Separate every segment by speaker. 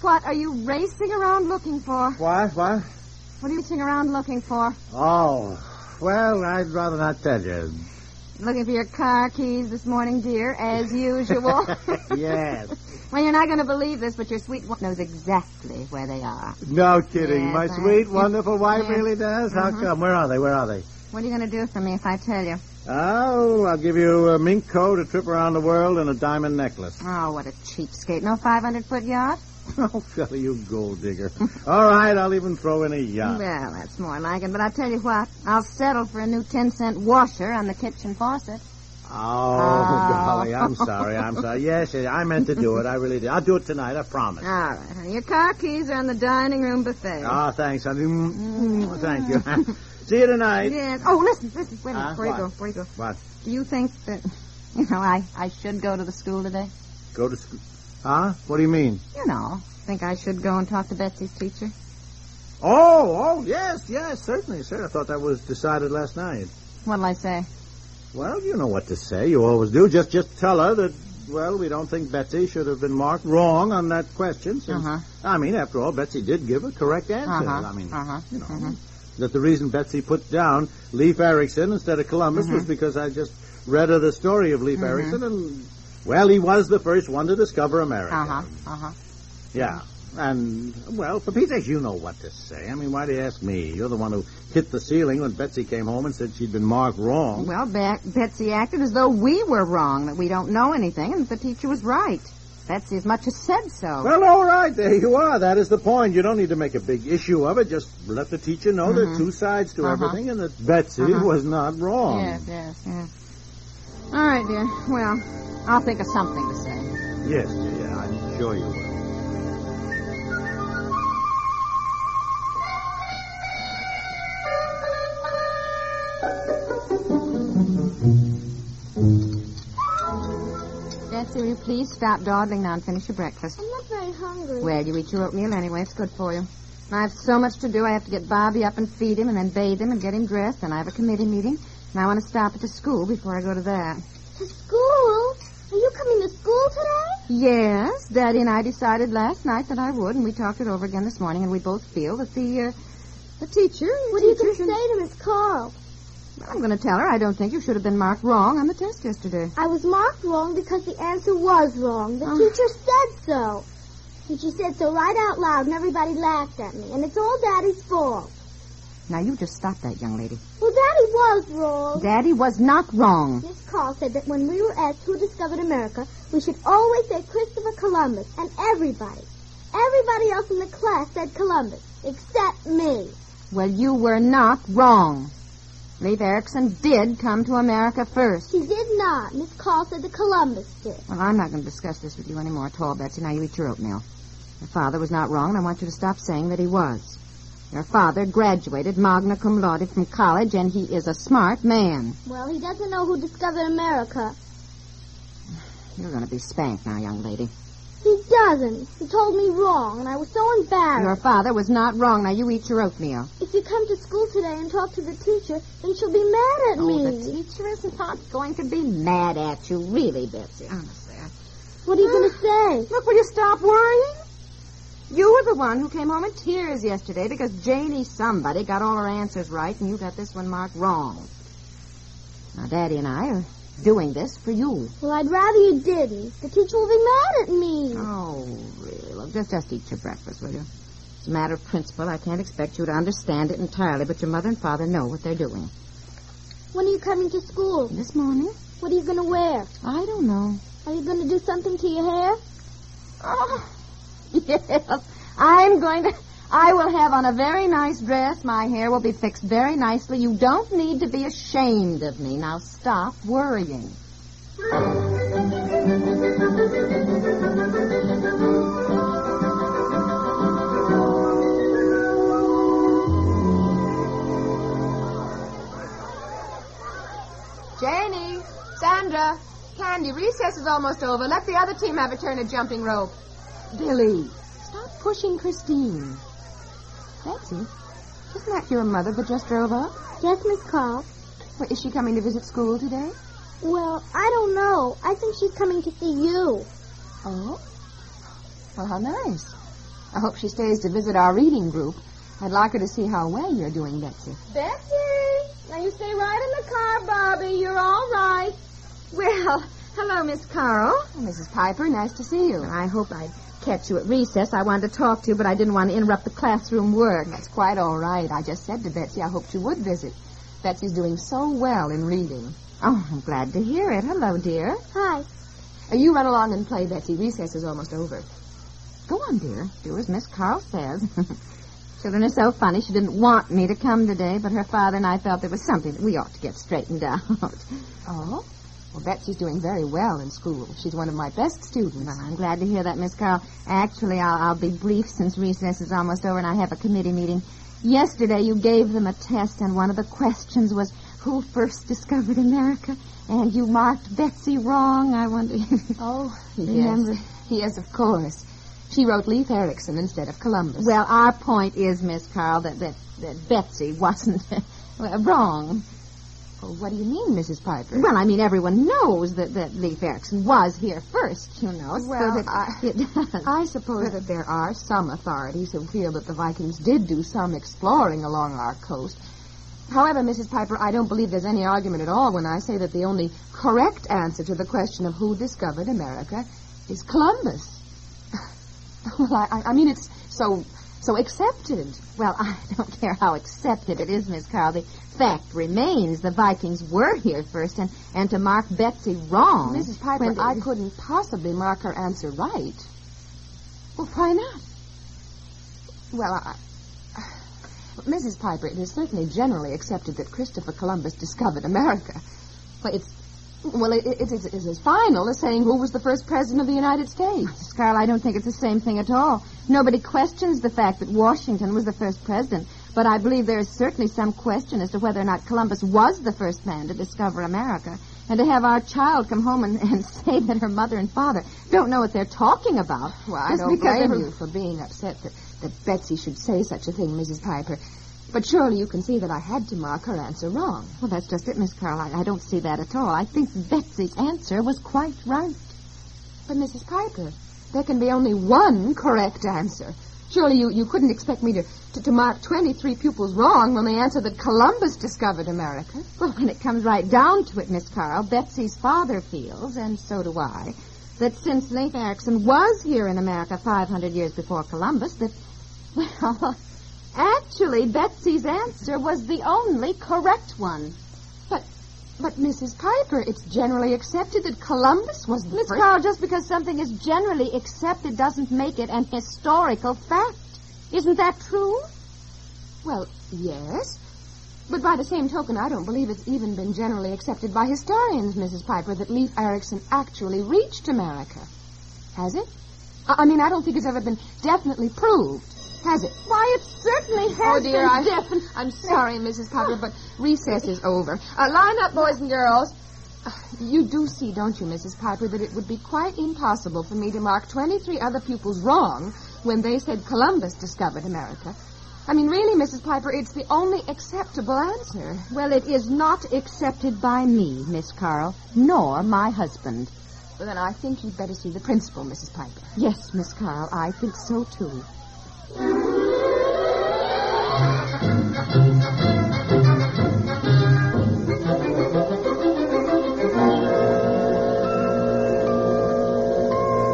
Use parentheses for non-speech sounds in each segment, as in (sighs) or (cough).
Speaker 1: What are you racing around looking for?
Speaker 2: What? What?
Speaker 1: What are you racing around looking for?
Speaker 2: Oh, well, I'd rather not tell you.
Speaker 1: Looking for your car keys this morning, dear, as usual.
Speaker 2: yes.
Speaker 1: well, you're not going to believe this, but your sweet one knows exactly where they are.
Speaker 2: No kidding.
Speaker 1: Yes,
Speaker 2: My
Speaker 1: I- Mm-hmm.
Speaker 2: sweet, wonderful wife
Speaker 1: Yeah.
Speaker 2: really does? How come? Where are they? Where are they?
Speaker 1: What are you going to do for me if I tell you?
Speaker 2: Oh, I'll give you a mink coat, a trip around the world, and a diamond necklace.
Speaker 1: Oh, what a cheapskate. No 500 foot yacht?
Speaker 2: (laughs) Oh, fella, you gold digger. All right, I'll even throw in a yacht.
Speaker 1: Well, that's more like it, but I'll tell you what. I'll settle for a new 10 cent washer on the kitchen faucet.
Speaker 2: Oh,
Speaker 1: Ah.
Speaker 2: golly, I'm sorry. I'm sorry. Yes, yes, I meant to do it. I really did. I'll do it tonight, I promise.
Speaker 1: All right, honey. Your car keys are on the dining room buffet.
Speaker 2: Ah, thanks, honey. Mm, Thank you. (laughs) See you tonight.
Speaker 1: Yes. Oh, listen, listen. Wait a minute.
Speaker 2: Huh?
Speaker 1: before you
Speaker 2: What?
Speaker 1: go, before you go.
Speaker 2: What?
Speaker 1: Do you think that, (laughs) you know, I, I should go to the school today?
Speaker 2: Go to school. Huh? What do you mean?
Speaker 1: You know, think I should go and talk to Betsy's teacher?
Speaker 2: Oh, oh, yes, yes, certainly, sir. I thought that was decided last night.
Speaker 1: What'll I say?
Speaker 2: Well, you know what to say. You always do. Just, just tell her that. Well, we don't think Betsy should have been marked wrong on that question. Since,
Speaker 1: Uh-huh.
Speaker 2: I mean, after all, Betsy did give a correct answer.
Speaker 1: Uh-huh,
Speaker 2: I mean,
Speaker 1: uh-huh,
Speaker 2: you know, that the reason Betsy put down Leif Erikson instead of Columbus was
Speaker 1: Mm-hmm.
Speaker 2: because I just read her the story of Leif Erikson, and well, he was the first one to discover America.
Speaker 1: Uh-huh, uh-huh.
Speaker 2: Yeah. And, well, for Pete's sake, you know what to say. I mean, why do you ask me? You're the one who hit the ceiling when Betsy came home and said she'd been marked wrong.
Speaker 1: Well, Be- Betsy acted as though we were wrong, that we don't know anything, and that the teacher was right. Betsy as much as said so.
Speaker 2: Well, all right, there you are. That is the point. You don't need to make a big issue of it. Just let the teacher know there
Speaker 1: Mm-hmm.
Speaker 2: are two sides to everything and that Betsy was not wrong.
Speaker 1: Uh-huh. yes, yes, yes. All right, dear. Well, I'll think of something to say.
Speaker 2: Yes, yeah, yeah, I'm sure you will.
Speaker 1: Betsy, will you please stop dawdling now and finish your breakfast?
Speaker 3: I'm not very hungry.
Speaker 1: Well, you eat your oatmeal anyway. It's good for you. And I have so much to do. I have to get Bobby up and feed him and then bathe him and get him dressed. And I have a committee meeting. And I want to stop at the school before I go to that.
Speaker 3: To school? Are you coming to school today?
Speaker 1: Yes, Daddy and I decided last night that I would. And we talked it over again this morning. And we both feel that the, uh, the teacher...
Speaker 3: What are you
Speaker 1: teacher
Speaker 3: going to
Speaker 1: should-
Speaker 3: say to Miss Carl?
Speaker 1: Well, I'm going to tell her I don't think you should have been marked wrong on the test yesterday.
Speaker 3: I was marked wrong because the answer was wrong. The
Speaker 1: Oh.
Speaker 3: teacher said so. And she said so right out loud, and everybody laughed at me. And it's all Daddy's fault.
Speaker 1: Now, you just stop that, young lady.
Speaker 3: Well, Daddy was wrong.
Speaker 1: Daddy was not wrong.
Speaker 3: Miss Carl said that when we were asked who discovered America, we should always say Christopher Columbus, and everybody. Everybody else in the class said Columbus, except me.
Speaker 1: Well, you were not wrong. Leif Erikson did come to America first.
Speaker 3: She did not. Miss Carl said that Columbus did.
Speaker 1: Well, I'm not going to discuss this with you anymore at all, Betsy. Now you eat your oatmeal. Your father was not wrong, and I want you to stop saying that he was. Your father graduated magna cum laude from college, and he is a smart man.
Speaker 3: Well, he doesn't know who discovered America.
Speaker 1: You're going to be spanked now, young lady.
Speaker 3: He doesn't. He told me wrong, and I was so
Speaker 1: Your
Speaker 3: embarrassed.
Speaker 1: father was not wrong. Now you eat your oatmeal.
Speaker 3: If you come to school today and talk to the teacher, then she'll be mad at
Speaker 1: Oh,
Speaker 3: me.
Speaker 1: the teacher is not going to be mad at you, really, Betsy. Honestly.
Speaker 3: what are you
Speaker 1: (sighs)
Speaker 3: going to say?
Speaker 1: Look, will you stop worrying? You were the one who came home in tears yesterday because Janie somebody got all her answers right and you got this one marked wrong. Now, Daddy and I are doing this for you.
Speaker 3: Well, I'd rather you didn't. The teacher will be mad at me.
Speaker 1: Oh, really? Look, Just, just eat your breakfast, will you? It's a matter of principle. I can't expect you to understand it entirely, but your mother and father know what they're doing.
Speaker 3: When are you coming to school?
Speaker 1: This morning?
Speaker 3: What are you going to wear?
Speaker 1: I don't know.
Speaker 3: Are you going to do something to your hair?
Speaker 1: Oh, (laughs) yes. I'm going to. I will have on a very nice dress. My hair will be fixed very nicely. You don't need to be ashamed of me. Now stop worrying.
Speaker 3: Well,
Speaker 4: Andy, recess is almost over. Let the other team have a turn at jumping rope.
Speaker 1: Billy, stop pushing Christine. Betsy, isn't that your mother that just drove up?
Speaker 3: Yes, Miss Carl.
Speaker 1: Well, is she coming to visit school today?
Speaker 3: Well, I don't know. I think she's coming to see you.
Speaker 1: Oh? Well, how nice. I hope she stays to visit our reading group. I'd like her to see how well you're doing, Betsy.
Speaker 4: Betsy! Now you stay right in the car, Bobby. You're all right.
Speaker 1: Well, hello, Miss Carl. Mrs. Oh, Piper, nice to see you.
Speaker 4: I hope I'd catch you at recess. I wanted to talk to you, but I didn't want to interrupt the classroom work.
Speaker 1: That's quite all right. I just said to Betsy I hoped you would visit. Betsy's doing so well in reading. Oh, I'm glad to hear it. Hello, dear.
Speaker 3: Hi.
Speaker 1: Uh, You run along and play, Betsy. Recess is almost over. Go on, dear. Do as Miss Carl says. (laughs) Children are so funny. She didn't want me to come today, but her father and I felt there was something that we ought to get straightened (laughs) out. Oh? Well, Betsy's doing very well in school. She's one of my best students.
Speaker 4: Well, I'm glad to hear that, Miss Carl. Actually, I'll, I'll be brief since recess is almost over and I have a committee meeting. Yesterday, you gave them a test, and one of the questions was who first discovered America, and you marked Betsy wrong. I wonder. (laughs)
Speaker 1: Oh, yes.
Speaker 4: Remember-
Speaker 1: Yes, of course. She wrote Leif Erikson instead of Columbus.
Speaker 4: well, our point is, Miss Carl, that that, that Betsy wasn't (laughs) well, wrong.
Speaker 1: Well, what do you mean, Mrs. Piper?
Speaker 4: Well, I mean, everyone knows that that Leif Erikson was here first, you know.
Speaker 1: Well,
Speaker 4: so that
Speaker 1: I-
Speaker 4: it (laughs) does.
Speaker 1: I suppose that there are some authorities who feel that the Vikings did do some exploring along our coast. However, Mrs. Piper, I don't believe there's any argument at all when I say that the only correct answer to the question of who discovered America is Columbus.
Speaker 4: (laughs)
Speaker 1: well, I, I- I mean, it's so so accepted.
Speaker 4: Well, (laughs) I don't care how accepted it is, Miss Carl. The fact remains the Vikings were here first, and, and to mark Betsy wrong.
Speaker 1: Mrs. Piper,
Speaker 4: when-
Speaker 1: I couldn't possibly mark her answer right.
Speaker 4: Well, why not?
Speaker 1: Well, I. (sighs) Mrs. Piper, it is certainly generally accepted that Christopher Columbus discovered America. But it's. Well, it, it, it's, it's as final as saying who was the first president of the United States.
Speaker 4: Miss Carl, Oh, I don't think it's the same thing at all. Nobody questions the fact that Washington was the first president, but I believe there is certainly some question as to whether or not Columbus was the first man to discover America. And to have our child come home and, (laughs) and say that her mother and father don't know what they're talking about.
Speaker 1: Well, I
Speaker 4: just
Speaker 1: don't
Speaker 4: because
Speaker 1: blame
Speaker 4: they're-
Speaker 1: you for being upset that, that Betsy should say such a thing, Mrs. Piper. But surely you can see that I had to mark her answer wrong.
Speaker 4: Well, that's just it, Miss Carl. I, I don't see that at all. I think Betsy's answer was quite right.
Speaker 1: But, Mrs. Piper, there can be only one correct answer. Surely you, you couldn't expect me to, to, to mark 23 pupils wrong when they answer that Columbus discovered America.
Speaker 4: Well, when it comes right down to it, Miss Carl, Betsy's father feels, and so do I, that since Leif Erikson was here in America 500 years before Columbus, that, well, (laughs) actually, Betsy's answer was the only correct one.
Speaker 1: But, Mrs. Piper, it's generally accepted that Columbus was the
Speaker 4: Miss
Speaker 1: first...
Speaker 4: Carl, just because something is generally accepted doesn't make it an historical fact. Isn't that true?
Speaker 1: Well, yes. But by the same token, I don't believe it's even been generally accepted by historians, Mrs. Piper, that Leif Erikson actually reached America. Has it? I, I mean, I don't think it's ever been definitely proved. Has it?
Speaker 4: Why, it certainly
Speaker 1: Oh,
Speaker 4: has
Speaker 1: dear,
Speaker 4: been
Speaker 1: I,
Speaker 4: definitely...
Speaker 1: I'm sorry, Mrs. Piper, but recess is over. Uh, line up, boys and girls. Uh, You do see, don't you, Mrs. Piper, that it would be quite impossible for me to mark 23 other pupils wrong when they said Columbus discovered America. I mean, really, Mrs. Piper, it's the only acceptable answer.
Speaker 4: Well, it is not accepted by me, Miss Carl, nor my husband.
Speaker 1: Well, then I think you'd better see the principal, Mrs. Piper.
Speaker 4: Yes, Miss Carl, I think so too.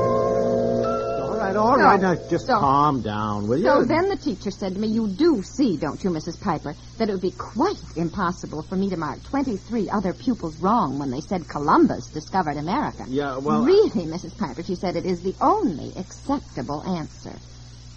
Speaker 2: All right, all right.
Speaker 4: No.
Speaker 2: Now, just
Speaker 4: So-
Speaker 2: calm down, will you?
Speaker 4: So then the teacher said to me, You do see, don't you, Mrs. Piper, that it would be quite impossible for me to mark 23 other pupils wrong when they said Columbus discovered America.
Speaker 2: Yeah, well,
Speaker 4: Really, Mrs. Piper, she said it is the only acceptable answer.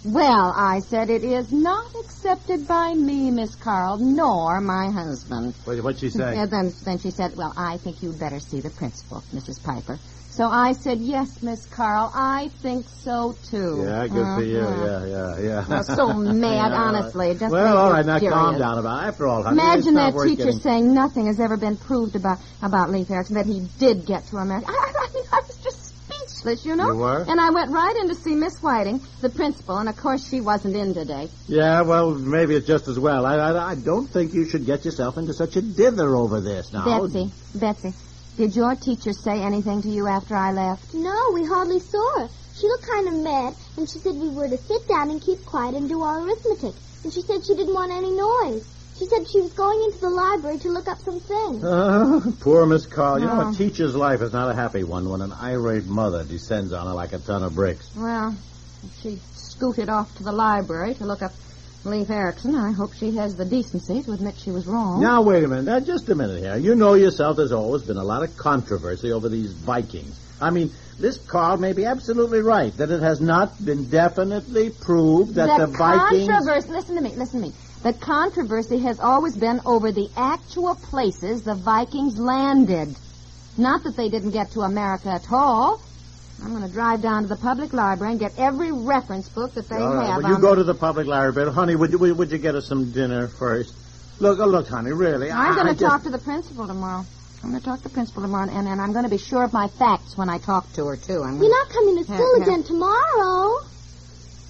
Speaker 1: Well, I said it is not accepted by me, Miss Carl, nor my husband.
Speaker 2: What, what'd she say?
Speaker 1: And then, then she said, Well, I think you'd better see the principal, Mrs. Piper. So I said, Yes, Miss Carl, I think so too. Uh-huh.
Speaker 2: Yeah, good for you. Yeah, yeah, yeah.
Speaker 1: I was
Speaker 2: (laughs)
Speaker 1: so mad, honestly. It just made
Speaker 2: well,
Speaker 1: me
Speaker 2: all right, now calm
Speaker 1: furious.
Speaker 2: down about it. After all, honey, it's
Speaker 1: Imagine
Speaker 2: not
Speaker 1: that
Speaker 2: worth
Speaker 1: teacher
Speaker 2: getting-
Speaker 1: saying nothing has ever been proved about about Leif Erickson that he did get to America. (laughs) I, I, I mean, I was just speechless, you know.
Speaker 2: You were?
Speaker 1: And I went right in to see Miss Whiting, the principal, and of course she wasn't in today.
Speaker 2: Yeah, well, maybe it's just as well. I, I, I don't think you should get yourself into such a dither over this now.
Speaker 1: Betsy, Betsy, did your teacher say anything to you after I left?
Speaker 3: No, we hardly saw her. She looked kind of mad, and she said we were to sit down and keep quiet and do our arithmetic. And she said she didn't want any noise. She said she was going into the library to look up some things.
Speaker 2: Oh, (laughs) poor Miss Carl. You know,
Speaker 1: No.
Speaker 2: a teacher's life is not a happy one when an irate mother descends on her like a ton of bricks.
Speaker 1: Well, she scooted off to the library to look up Leif Erickson. I hope she has the decency to admit she was wrong.
Speaker 2: Now, wait a minute. Now, just a minute here. You know yourself there's always been a lot of controversy over these Vikings. I mean, this Carl may be absolutely right that it has not been definitely proved that the, Vikings...
Speaker 1: controversy. Listen to me. Listen to me. The controversy has always been over the actual places the Vikings landed. Not that they didn't get to America at all. I'm going to drive down to the public library and get every reference book that they
Speaker 2: All right,
Speaker 1: have.
Speaker 2: well, you
Speaker 1: on
Speaker 2: go
Speaker 1: the-
Speaker 2: to the public library, but honey, would you, would you get us some dinner first? Look, oh, look, honey, really.
Speaker 1: I'm
Speaker 2: I- I
Speaker 1: going to
Speaker 2: just-
Speaker 1: talk to the principal tomorrow. I'm going to talk to the principal tomorrow, and, and I'm going to be sure of my facts when I talk to her too. I'm
Speaker 3: You're not coming to
Speaker 1: Yeah,
Speaker 3: school
Speaker 4: Mm-hmm.
Speaker 1: yeah.
Speaker 3: again tomorrow.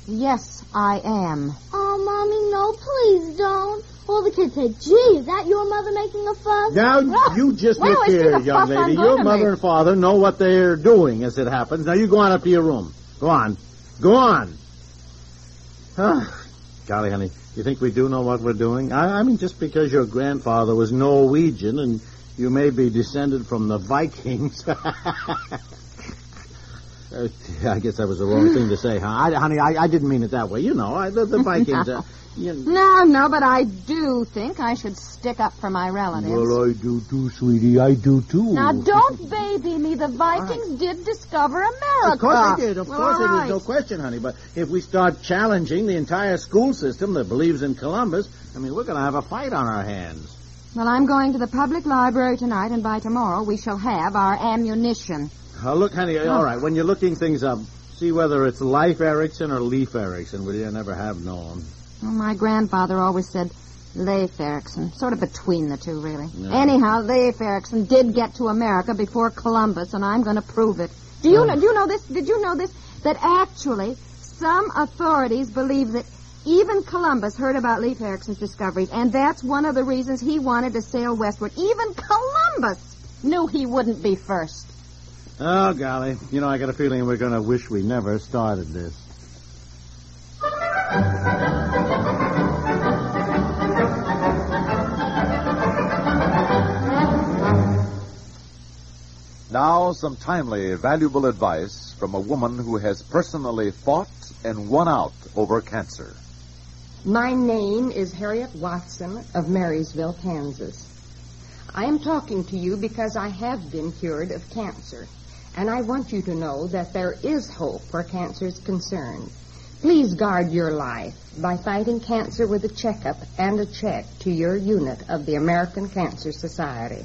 Speaker 1: Yes, I am.
Speaker 3: Oh, Mommy, no, please don't. All the kids say, gee, is that your mother making a fuss?
Speaker 2: Now, you just
Speaker 1: Well,
Speaker 2: look
Speaker 1: I see
Speaker 2: here,
Speaker 1: the
Speaker 2: young
Speaker 1: fuss I'm
Speaker 2: lady.
Speaker 1: gonna
Speaker 2: Your mother
Speaker 1: make.
Speaker 2: and father know what they're doing as it happens. Now, you go on up to your room. Go on. Go on. (sighs) Ah, Golly, honey, you think we do know what we're doing? I, I mean, just because your grandfather was Norwegian and you may be descended from the Vikings. (laughs) Uh, I guess that was the wrong thing to say, huh? I, honey, I, I didn't mean it that way. You know, I, the, the
Speaker 1: (laughs)
Speaker 2: Vikings. Uh, you,
Speaker 1: No, no, but I do think I should stick up for my relatives.
Speaker 2: well, I do too, sweetie. I do too.
Speaker 1: Now, don't baby me. The Vikings did discover America.
Speaker 2: Of course they did. Of
Speaker 1: Well,
Speaker 2: course
Speaker 1: all
Speaker 2: it
Speaker 1: right.
Speaker 2: is. No question, honey. But if we start challenging the entire school system that believes in Columbus, I mean, we're going to have a fight on our hands.
Speaker 1: Well, I'm going to the public library tonight, and by tomorrow we shall have our ammunition.
Speaker 2: Oh, look, honey, all right, when you're looking things up, see whether it's Life Erickson or Leaf Erickson, will you? I never have known.
Speaker 1: Well, my grandfather always said Leif Erikson, sort of between the two, really.
Speaker 2: Yeah.
Speaker 1: Anyhow, Leif Erikson did get to America before Columbus, and I'm going to prove it. Do you know? Do you know this? Did you know this? That actually, some authorities believe that even Columbus heard about Leif Erikson's discoveries, and that's one of the reasons he wanted to sail westward. Even Columbus knew he wouldn't be first.
Speaker 2: Oh, golly. You know, I got a feeling we're going to wish we never started this.
Speaker 5: Now, some timely, valuable advice from a woman who has personally fought and won out over cancer.
Speaker 6: My name is Harriet Watson of Marysville, Kansas. I am talking to you because I have been cured of cancer, and I want you to know that there is hope where cancer is concerned. Please guard your life by fighting cancer with a checkup and a check to your unit of the American Cancer Society.